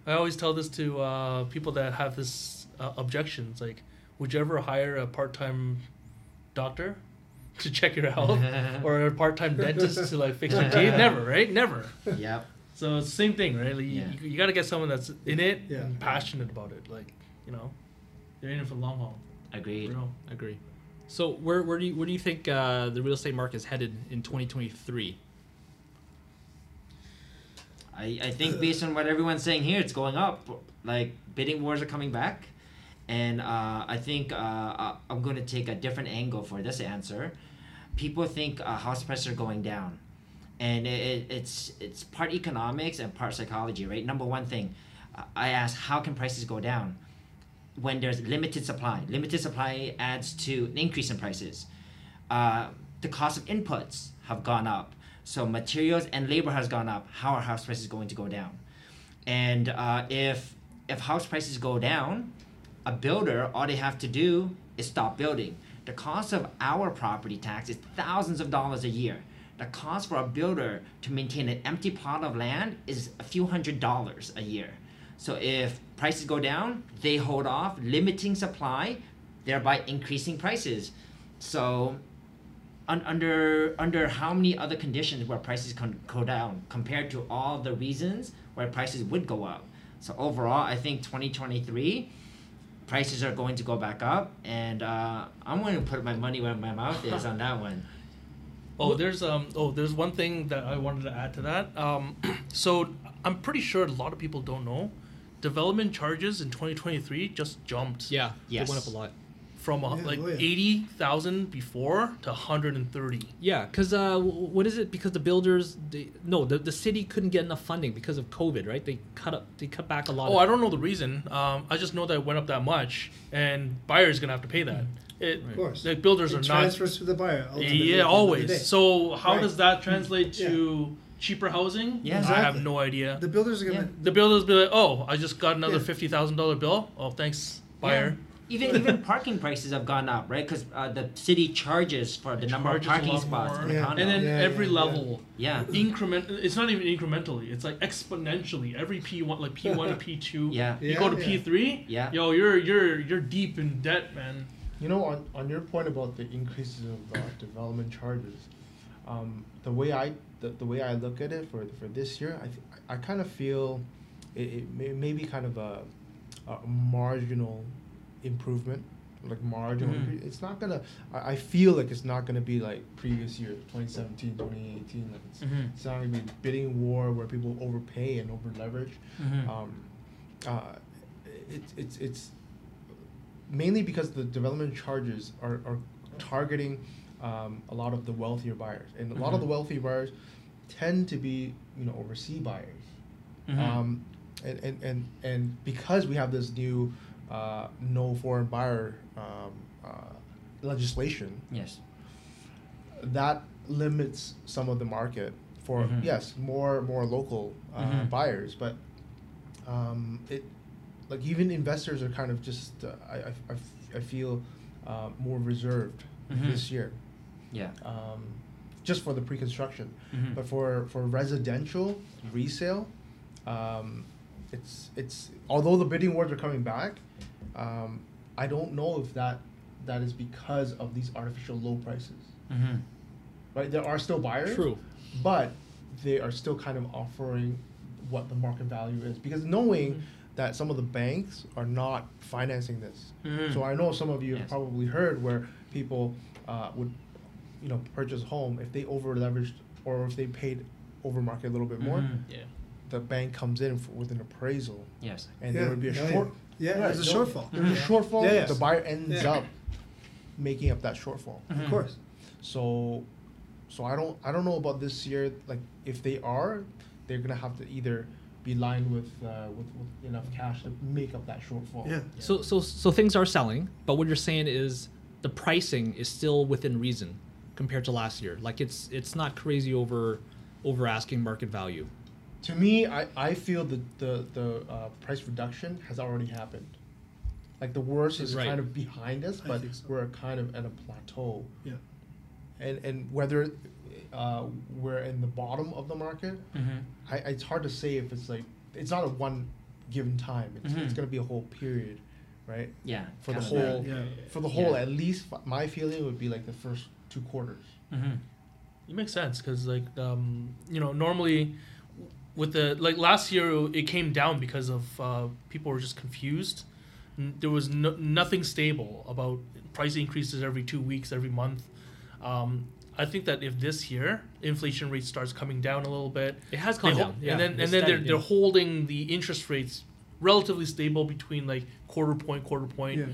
B: I always tell this to uh, people that have this uh, objection. It's like, would you ever hire a part-time doctor to check your health, or a part-time dentist to like fix your teeth? Never, right? Never.
E: yep.
B: So it's the same thing, right? Like, you-
E: Yeah.
B: you, you got to get someone that's in it
C: Yeah.
B: and passionate about it. Like, you know, they're in it for the long haul.
E: Agreed.
B: Real.
G: agree. So where where do you where do you think uh, the real estate market is headed in 2023?
E: I, I think based on what everyone's saying here, it's going up. Like bidding wars are coming back, and uh, I think uh, I- I'm going to take a different angle for this answer. People think uh, house prices are going down, and it, it, it's it's part economics and part psychology, right? Number one thing, I- I ask how can prices go down when there's limited supply? Limited supply adds to an increase in prices. Uh, the cost of inputs have gone up. So materials and labor has gone up. How are house prices going to go down? And uh, if if house prices go down, a builder all they have to do is stop building. The cost of our property tax is thousands of dollars a year. The cost for a builder to maintain an empty plot of land is a few hundred dollars a year. So if prices go down, they hold off, limiting supply, thereby increasing prices. So un- under under how many other conditions where prices can go down compared to all the reasons where prices would go up. So overall, I think 2023 prices are going to go back up, and uh, I'm going to put my money where my mouth is on that one.
B: Oh, there's um. Oh, there's one thing that I wanted to add to that. Um, so I'm pretty sure a lot of people don't know, development charges in 2023 just jumped
G: Yeah,
E: Yes.
G: it went up a lot.
B: from uh,
C: Yeah,
B: like
C: oh yeah.
B: eighty thousand before to 130.
G: Yeah, because uh, w- what is it? Because the builders, they, no, the, the city couldn't get enough funding because of COVID, right? They cut up, they cut back a lot.
B: Oh,
G: of,
B: I don't know the reason. Um, I just know that it went up that much, and buyers gonna have to pay that. It,
C: Of course.
B: The builders
C: It
B: are not.
C: transfers to the buyer. ultimately, at the end
B: Yeah,
C: of the day.
B: always. So how
C: Right. Mm.
B: does that translate to cheaper housing?
E: Yeah,
B: I have
C: exactly.
B: no idea.
C: the builders are gonna.
E: Yeah.
B: The builders be like, "Oh, I just got another
C: Yeah.
B: fifty thousand dollar bill. Oh, thanks, buyer."
E: Even even parking prices have gone up, right? Because uh, the city charges for the number of
B: Charges a
E: parking
B: lot
E: spots
B: more.
E: in a
C: Yeah.
E: condo.
B: And then
C: Yeah,
B: every
C: yeah, yeah.
B: level
E: yeah,
B: increment. It's not even incrementally. It's like exponentially. Every P one, like P one and P two.
E: yeah,
B: You go to
C: Yeah, yeah.
B: P three.
E: Yeah.
B: Yo, you're you're you're deep in debt, man.
D: You know, on, on your point about the increases of uh, development charges, um, the way I the, the way I look at it for for this year, I th- I kind of feel it, it may, may be kind of a, a marginal improvement, like marginal.
B: Mhm.
D: increase. It's not gonna. I, I feel like it's not gonna be like previous years, 2017, 2018. Like it's,
B: Mhm.
D: it's not gonna be bidding war where people overpay and over leverage.
B: Mhm.
D: Um, uh, it, it's it's mainly because the development charges are, are targeting um, a lot of the wealthier buyers, and a lot of
B: Mhm.
D: the wealthy buyers tend to be you know overseas buyers,
E: Mm-hmm.
B: Mhm.
D: um, and, and and and because we have this new uh, no foreign buyer um, uh, legislation,
E: Yes.
D: that limits some of the market for
B: Mhm.
D: yes more more local uh,
B: Mhm.
D: buyers but um, it like even investors are kind of just uh, I, I, I f- I feel uh, more reserved
B: Mhm.
D: this year
E: Yeah.
C: uh,
D: um, just for the pre-construction
B: Mhm.
D: but for for residential resale um, it's it's although the bidding wars are coming back um, I don't know if that that is because of these artificial low prices
E: Mm-hmm.
B: Mhm.
D: right? There are still buyers.
G: True.
D: But they are still kind of offering what the market value is because knowing
B: Mhm.
E: Mm-hmm.
D: that some of the banks are not financing this.
B: Mhm.
D: So I know some of you have
E: Mm-hmm. Yes.
D: probably heard where people uh, would, you know, purchase a home if they over leveraged or if they paid over market a little bit more.
B: Mhm.
F: Yeah.
D: The bank comes in for, with an appraisal,
E: Mm-hmm. Yes. Mm-hmm.
D: and
C: Yeah,
D: there would be a
C: yeah,
D: short.
C: yeah. Yeah, there's a
D: no-
C: shortfall.
D: There's
C: Yeah.
D: a shortfall.
C: Yeah, yes.
D: The buyer ends
C: Yeah.
D: up making up that shortfall.
C: Of course.
D: So, so I don't I don't know about this year. Like if they are, they're gonna have to either be lined with uh, with, with enough cash to make up that shortfall.
C: Yeah.
G: So so so things are selling, but what you're saying is the pricing is still within reason compared to last year. Like it's it's not crazy over over asking market value.
D: To me, I, I feel the the the uh, price reduction has already happened. Like the worst is
G: Right.
D: kind of behind us,
C: I
D: but
C: think so.
D: we're kind of at a plateau.
C: Yeah.
D: And and whether uh, we're in the bottom of the market,
B: Mhm.
D: I, it's hard to say if it's like it's not a one given time. It's, it's
B: Mhm.
D: gonna be a whole period, right?
E: Yeah.
D: for the
E: kind of that.
D: whole
C: Yeah.
D: for the whole
E: Yeah.
D: at least f- my feeling would be like the first two quarters
B: Mm-hmm. It makes sense because, like, um, you know, normally with the like last year it came down because of uh, people were just confused. N- There was no, nothing stable about price increases every two weeks, every month. Um, I think that if this year inflation rate starts coming down a little bit,
G: It has
B: they
G: gone
B: ho-
G: down. Yeah.
B: and then
G: it's
B: and then they're,
G: steady,
B: they're
G: yeah.
B: holding the interest rates relatively stable between like quarter point, quarter point.
C: Yeah.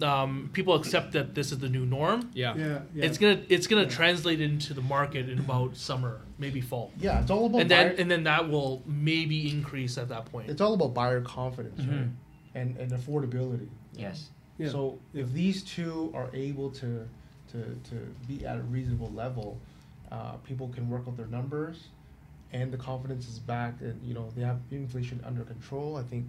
C: Yeah.
B: Um, people accept that this is the new norm.
G: yeah.
C: Yeah. yeah.
B: It's gonna it's gonna
C: Yeah.
B: translate into the market in about summer, maybe fall,
D: yeah it's all about
B: and
D: buyer,
B: then and then that will maybe increase at that point.
D: it's all about buyer confidence right?
B: Mhm.
D: and and affordability
E: Yes.
C: Mm-hmm. Yeah.
D: so if these two are able to to to be at a reasonable level uh, people can work with their numbers and the confidence is back and you know they have inflation under control i think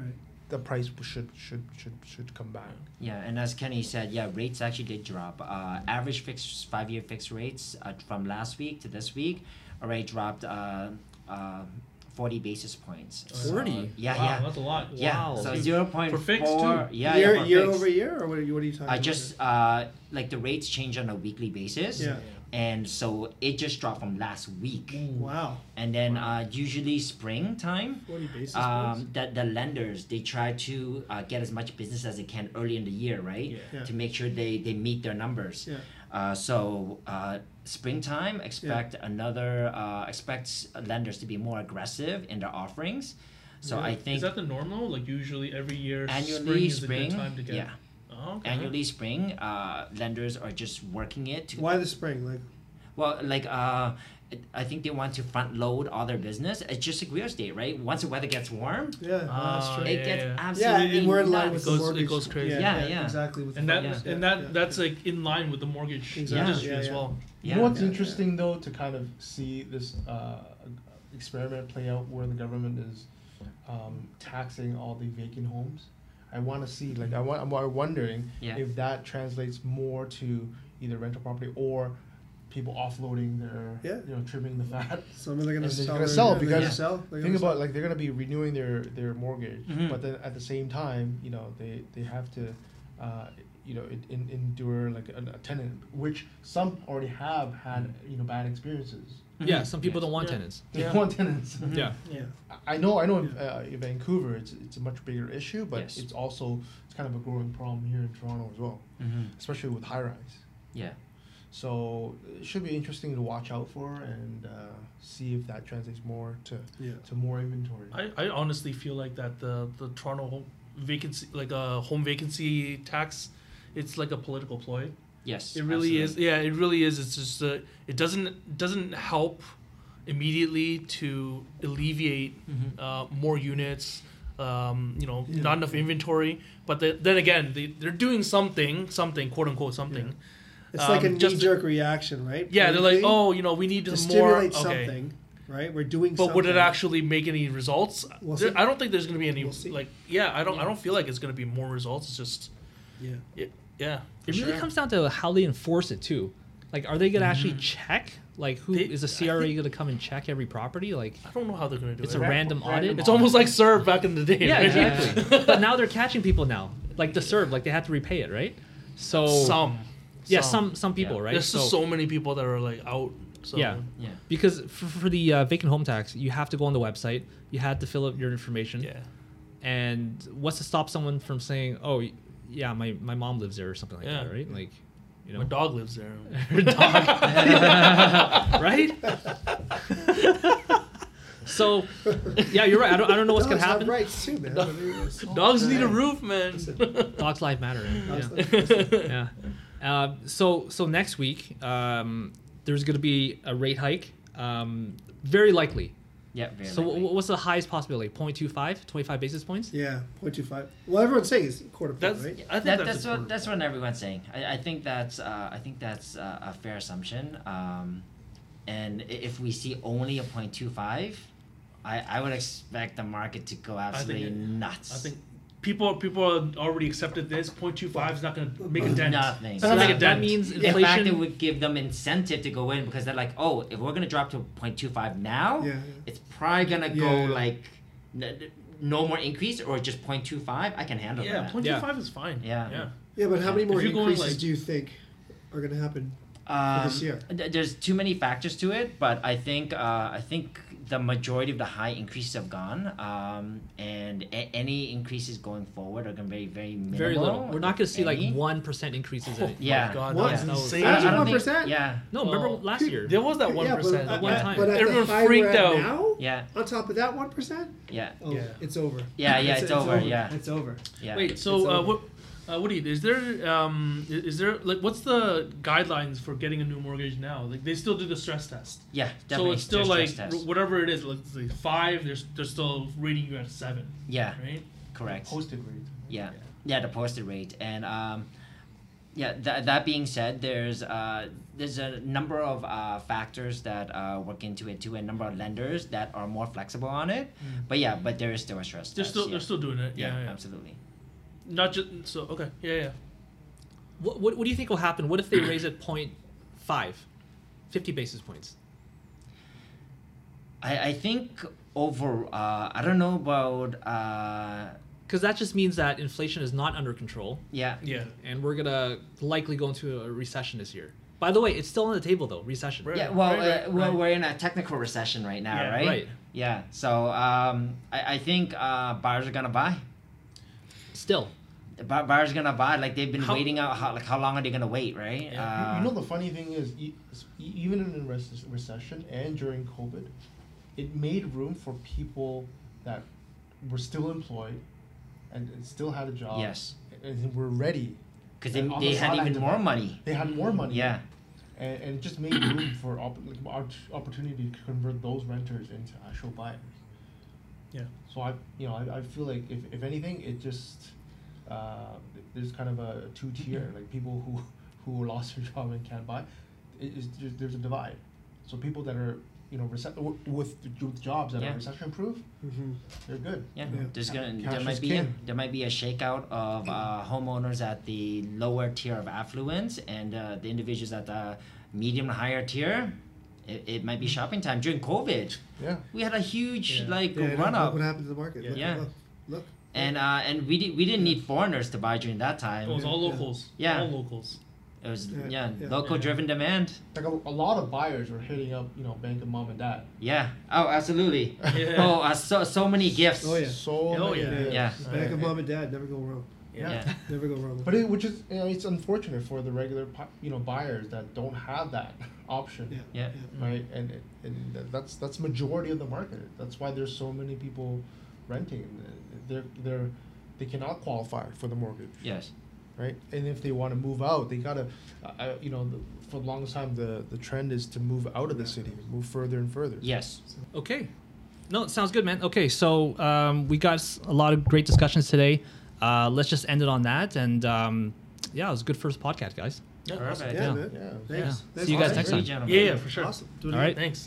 C: Right.
D: the price should should should should come back
E: Yeah, and as Kenny said, yeah, rates actually did drop. Uh, average fixed five-year fixed rates uh, from last week to this week already dropped uh, uh, forty basis points.
B: Uh,
E: So-
G: 40?
E: yeah,
F: wow,
E: yeah,
F: That's a lot.
E: yeah.
G: Wow.
E: So
F: Dude,
E: zero point
F: for fixed
E: four.
F: too?
C: year
E: Yeah, yeah, for
C: year
E: fixed.
C: over year, or what are you, what are you talking?
E: I
C: about
E: just uh, like the rates change on a weekly basis.
C: Yeah. Mm.
E: And so it just dropped from last week,
C: here? Wow.
E: and then uh, usually springtime.
C: Forty basis points.
E: um, that the lenders they try to uh, get as much business as they can early in the year, right?
F: Yeah.
C: Yeah.
E: To make sure they they meet their numbers.
C: Yeah.
E: Uh, so uh, springtime expect another uh, expects lenders to be more aggressive in their offerings. So I think
F: Is that the normal? Like usually every year,
E: annually
F: spring, is a
E: spring,
F: good time to get.
E: yeah,
F: Oh, okay.
E: annually spring, uh, lenders are just working it to
C: Why the spring? Like
E: Well, like uh, I think they want to front load all their business. It's just like real estate, right? Once the weather gets warm,
C: yeah,
B: Ah,
C: that's
F: Oh,
C: true.
B: yeah,
E: it gets
B: yeah.
C: Yeah,
E: absolutely
C: and we're in line
E: nuts.
C: with
B: It
C: the
B: goes- it
C: mortgage.
B: goes crazy.
E: Yeah, yeah.
C: exactly. With
B: And
C: the
B: that
C: mortgage.
B: and
C: Yeah,
B: that
C: yeah.
B: that's like in line with the mortgage
C: Exactly.
B: industry
C: Yeah,
B: as
C: yeah.
B: well.
D: You know
E: Yeah.
D: what's
C: Yeah, yeah,
D: interesting though to kind of see this uh, experiment play out where the government is um, taxing all the vacant homes. I want to see like I want I'm wondering
E: Yeah.
D: if that translates more to either rental property or people offloading their
C: Yeah.
D: you know trimming the fat.
C: Some are gonna
D: And they're
C: sell.
D: gonna
C: their-
D: sell
C: they're gonna
D: because-
C: sell. They're
D: Think
C: gonna sell.
D: about like they're gonna be renewing their their mortgage,
B: Mhm.
D: but then at the same time you know they they have to uh, you know en- en- endure like a, a tenant, which some already have had you know bad experiences.
A: Yeah, some people don't want
H: Yeah.
A: tenants.
D: They
H: Yeah.
D: want tenants.
G: Mm-hmm.
A: Yeah.
C: Yeah.
D: I- I know, I know. In, uh, in Vancouver, it's it's a much bigger issue, but
E: Yes.
D: it's also it's kind of a growing problem here in Toronto as well,
E: Mm-hmm.
D: especially with high rise.
E: Yeah.
D: So it should be interesting to watch out for and uh, see if that translates more to
C: Yeah.
D: to more inventory.
B: I, I honestly feel like that the the Toronto home vacancy like a home vacancy tax, it's like a political ploy.
E: Yes.
B: It really
E: absolutely.
B: is. Yeah, it really is. It's just uh, it doesn't doesn't help immediately to alleviate uh, more units. Um, you know,
C: Mm-hmm. Yeah.
B: not enough inventory. But the, then again, they, they're doing something, something quote unquote something.
C: It's like a
B: Um, just-
C: knee-jerk reaction, right?
B: Yeah, they're like,
C: Politically,
B: oh, you know, we need
C: to
B: more.
C: stimulate
B: okay.
C: something, right? We're doing.
B: But
C: something.
B: would it actually make any results?
C: We'll
B: There-
C: see.
B: I don't think there's going to be any.
C: We'll see.
B: like, yeah, I don't. I don't feel like it's going to be more results. It's just,
C: Yeah.
B: it, yeah.
A: It
B: for
A: really
B: sure. Mm-hmm.
A: comes down to how they enforce it too. Like, are they gonna actually check? Like, who
B: They-
A: is a
B: I
A: CRA gonna come and check every property? Like,
B: I don't know how they're going to do
A: it's
B: it.
A: a random, audit.
B: It's almost like serve back in the day.
A: yeah,
B: right?
A: exactly. but now they're catching people now. Like the serve, like they have to repay it, right? So
B: Some.
A: yeah, Oh. some some people, right?
B: There's just so many people that are like out. So.
A: Yeah.
E: Yeah.
A: because for, for the uh, vacant home tax, you have to go on the website. You had to fill out your information.
B: Yeah.
A: And what's to stop someone from saying, "Oh, y- yeah, my, my mom lives there" or something like
B: Yeah.
A: that, right? Like, you know,
B: My dog lives there.
A: Your dog. right? so, yeah, you're right. I don't, I don't know what's going
C: Dogs
A: to
C: have
A: happen.
C: Rights too, man. I mean, it's-
B: Dogs need a roof, man.
A: Dogs' life matter.
C: I was
A: Yeah.
C: like, listen,
A: yeah. Um, so, so next week, um, there's going to be a rate hike, um, very likely.
E: Yeah. Very
A: so,
E: likely.
A: wh- what's the highest possibility? 0.25, 25 basis points?
C: Yeah, 0.25. Well, everyone's saying it's quarter point,
B: That's.
C: right?
B: I think
E: that,
B: that's,
E: that's what
B: important.
E: that's what everyone's saying. I, I think that's uh, I think that's uh, a fair assumption. Um, and i- if we see only a 0.25, I, I would expect the market to go absolutely
B: it-
E: nuts.
B: I think people people are already accepted this. 0.25 is not going to make a dent.
E: Nothing.
B: It's
A: that,
B: not make
A: that
B: a dent.
A: means
E: In fact, it
A: inflation.
E: would give them incentive to go in because they're like, oh, if we're gonna drop to 0.25 now,
C: Yeah, yeah.
E: it's probably gonna go
C: Yeah.
E: like n- no more increase or just 0.25. I can handle
B: Yeah,
E: that.
B: 0.25 is fine.
E: Yeah.
B: Yeah.
C: Yeah, but how many more
B: If you're going,
C: increases
B: like-
C: do you think are going to happen?
E: um,
C: this year?
E: th- There's too many factors to it, but I think uh, I think the majority of the high increases have gone, um, and a- any increases going forward are going to be very minimal.
A: Very little. We're not going to see like
E: Any.
A: 1% increases in it.
E: Yeah.
B: Oh God,
C: What?
B: that was
E: I
B: insane. Oh,
E: don't- I don't
C: 1%?
E: think- Yeah.
A: No, remember
B: Well,
A: last year?
B: There was that one
C: yeah, But, at-
A: one
C: at-
A: time.
C: but at
B: Everyone
C: the high
B: freaked
C: we're at
B: out.
C: Now,
E: Yeah.
C: on top of that 1%,
E: Yeah.
C: oh,
B: Yeah.
C: it's over.
E: Yeah, yeah,
C: It's,
E: it's over,
C: over.
E: yeah.
C: It's over.
E: Yeah.
B: Wait,
C: It's
B: so uh,
C: over.
B: what, uh, Woody, is there um, i- is there like what's the guidelines for getting a new mortgage now? Like they still do the stress test,
E: Yeah. Definitely.
B: so it's still
E: There's
B: like
E: stress test.
B: r- whatever it is, like, it's like five. They're, s- they're still rating you at seven,
E: Yeah.
B: right?
E: Correct.
D: Posted rate.
E: Yeah. Yeah, the posted rate. And um, yeah, that, that being said, there's uh, there's a number of uh, factors that uh, work into it too, and number of lenders that are more flexible on it. But yeah, but there is still a stress
B: Mm. They're
E: test.
B: still
E: yeah.
B: they're still doing it.
E: yeah,
B: Yeah, yeah.
E: absolutely.
B: Not just so okay. Yeah, yeah.
A: What, what, what do you think will happen? What if they raise it 0.5, 50 basis points?
E: I, I think over uh, I don't know about uh,
A: Because that just means that inflation is not under control,
E: yeah
B: Yeah.
A: and we're gonna likely go into a recession this year. By the way, it's still on the table though, recession.
B: Right.
E: yeah well
B: right,
E: uh,
B: right,
E: we're,
B: right.
E: we're in a technical recession right now
B: Yeah,
E: right
A: right.
E: yeah so um, I, I think uh, buyers are gonna buy
A: Still,
E: The bu- buyers are gonna buy like they've been
B: How-
E: waiting out how like how long are they gonna wait right Uh,
D: You- you, know the funny thing is, e- s- e- even in a res- recession and during COVID, it made room for people that were still employed and, and still had a job.
E: Yes.
D: and were ready.
E: because they,
D: And on
E: they
D: the
E: had
D: side,
E: even
D: they-
E: more money
D: They had more money.
E: yeah
D: and, and just made room for op- like, opp- opportunity to convert those renters into actual buyers.
B: Yeah.
D: So I, you know, I, I feel like if, if anything, it just uh, there's kind of a two tier like people who who lost their job and can't buy. It, it's, there's, there's a divide. So people that are you know recess- w- with with jobs that
E: Yeah.
D: are recession proof,
C: Mm-hmm.
D: they're good.
E: yeah,
C: Yeah.
E: there's gonna
D: Cash
E: there
D: is
E: might be
D: king.
E: there might be a shakeout of uh, homeowners at the lower tier of affluence and uh, the individuals at the medium and higher tier. It, it might
D: Mm.
E: be shopping time during COVID.
D: Yeah.
E: We had a huge
B: Yeah.
E: like
C: Yeah, I know.
E: run
C: Look
E: up.
C: What happened to the market?
B: Yeah.
C: Look,
E: Yeah.
C: Look, look.
E: and uh, and we di- we didn't need foreigners to buy during that time.
B: It was all locals.
E: Yeah.
B: All locals.
E: It was,
C: Yeah,
E: yeah,
C: yeah.
E: local driven demand.
D: Like a, a lot of buyers were hitting up, you know, Bank of Mom and Dad.
E: Yeah. Oh, absolutely.
B: Yeah.
E: Oh, uh, so so many gifts.
C: Oh, yeah.
D: So
B: Oh,
D: many
B: yeah.
D: names.
E: Yeah.
C: Back of mom and dad, never go wrong.
E: Yeah.
C: Never go wrong.
D: But it, which is, you know, it's unfortunate for the regular, pu- you know, buyers that don't have that option.
C: yeah.
E: Yeah.
D: right? And it- and tha- that's that's majority of the market. That's why there's so many people renting. They're they're they cannot qualify for the mortgage,
E: Yes.
D: right? And if they want to move out, they gotta, uh, uh, you know, the, for the longest time the the trend is to move out of the city, move further and further.
E: Yes.
A: Okay. No, it sounds good, man. Okay, so um, we got s- a lot of great discussions today. Uh, let's just end it on that. And um, yeah, it was a good first podcast, guys.
E: Perfect.
C: Yeah,
E: Yeah.
C: man.
D: Yeah.
C: Thanks.
A: Yeah.
C: Thanks.
A: See you guys next
E: Awesome. Thank
A: time.
E: you, gentlemen.
B: Yeah, yeah, for sure.
C: Awesome. Do it
A: All
C: again.
A: right.
B: Thanks.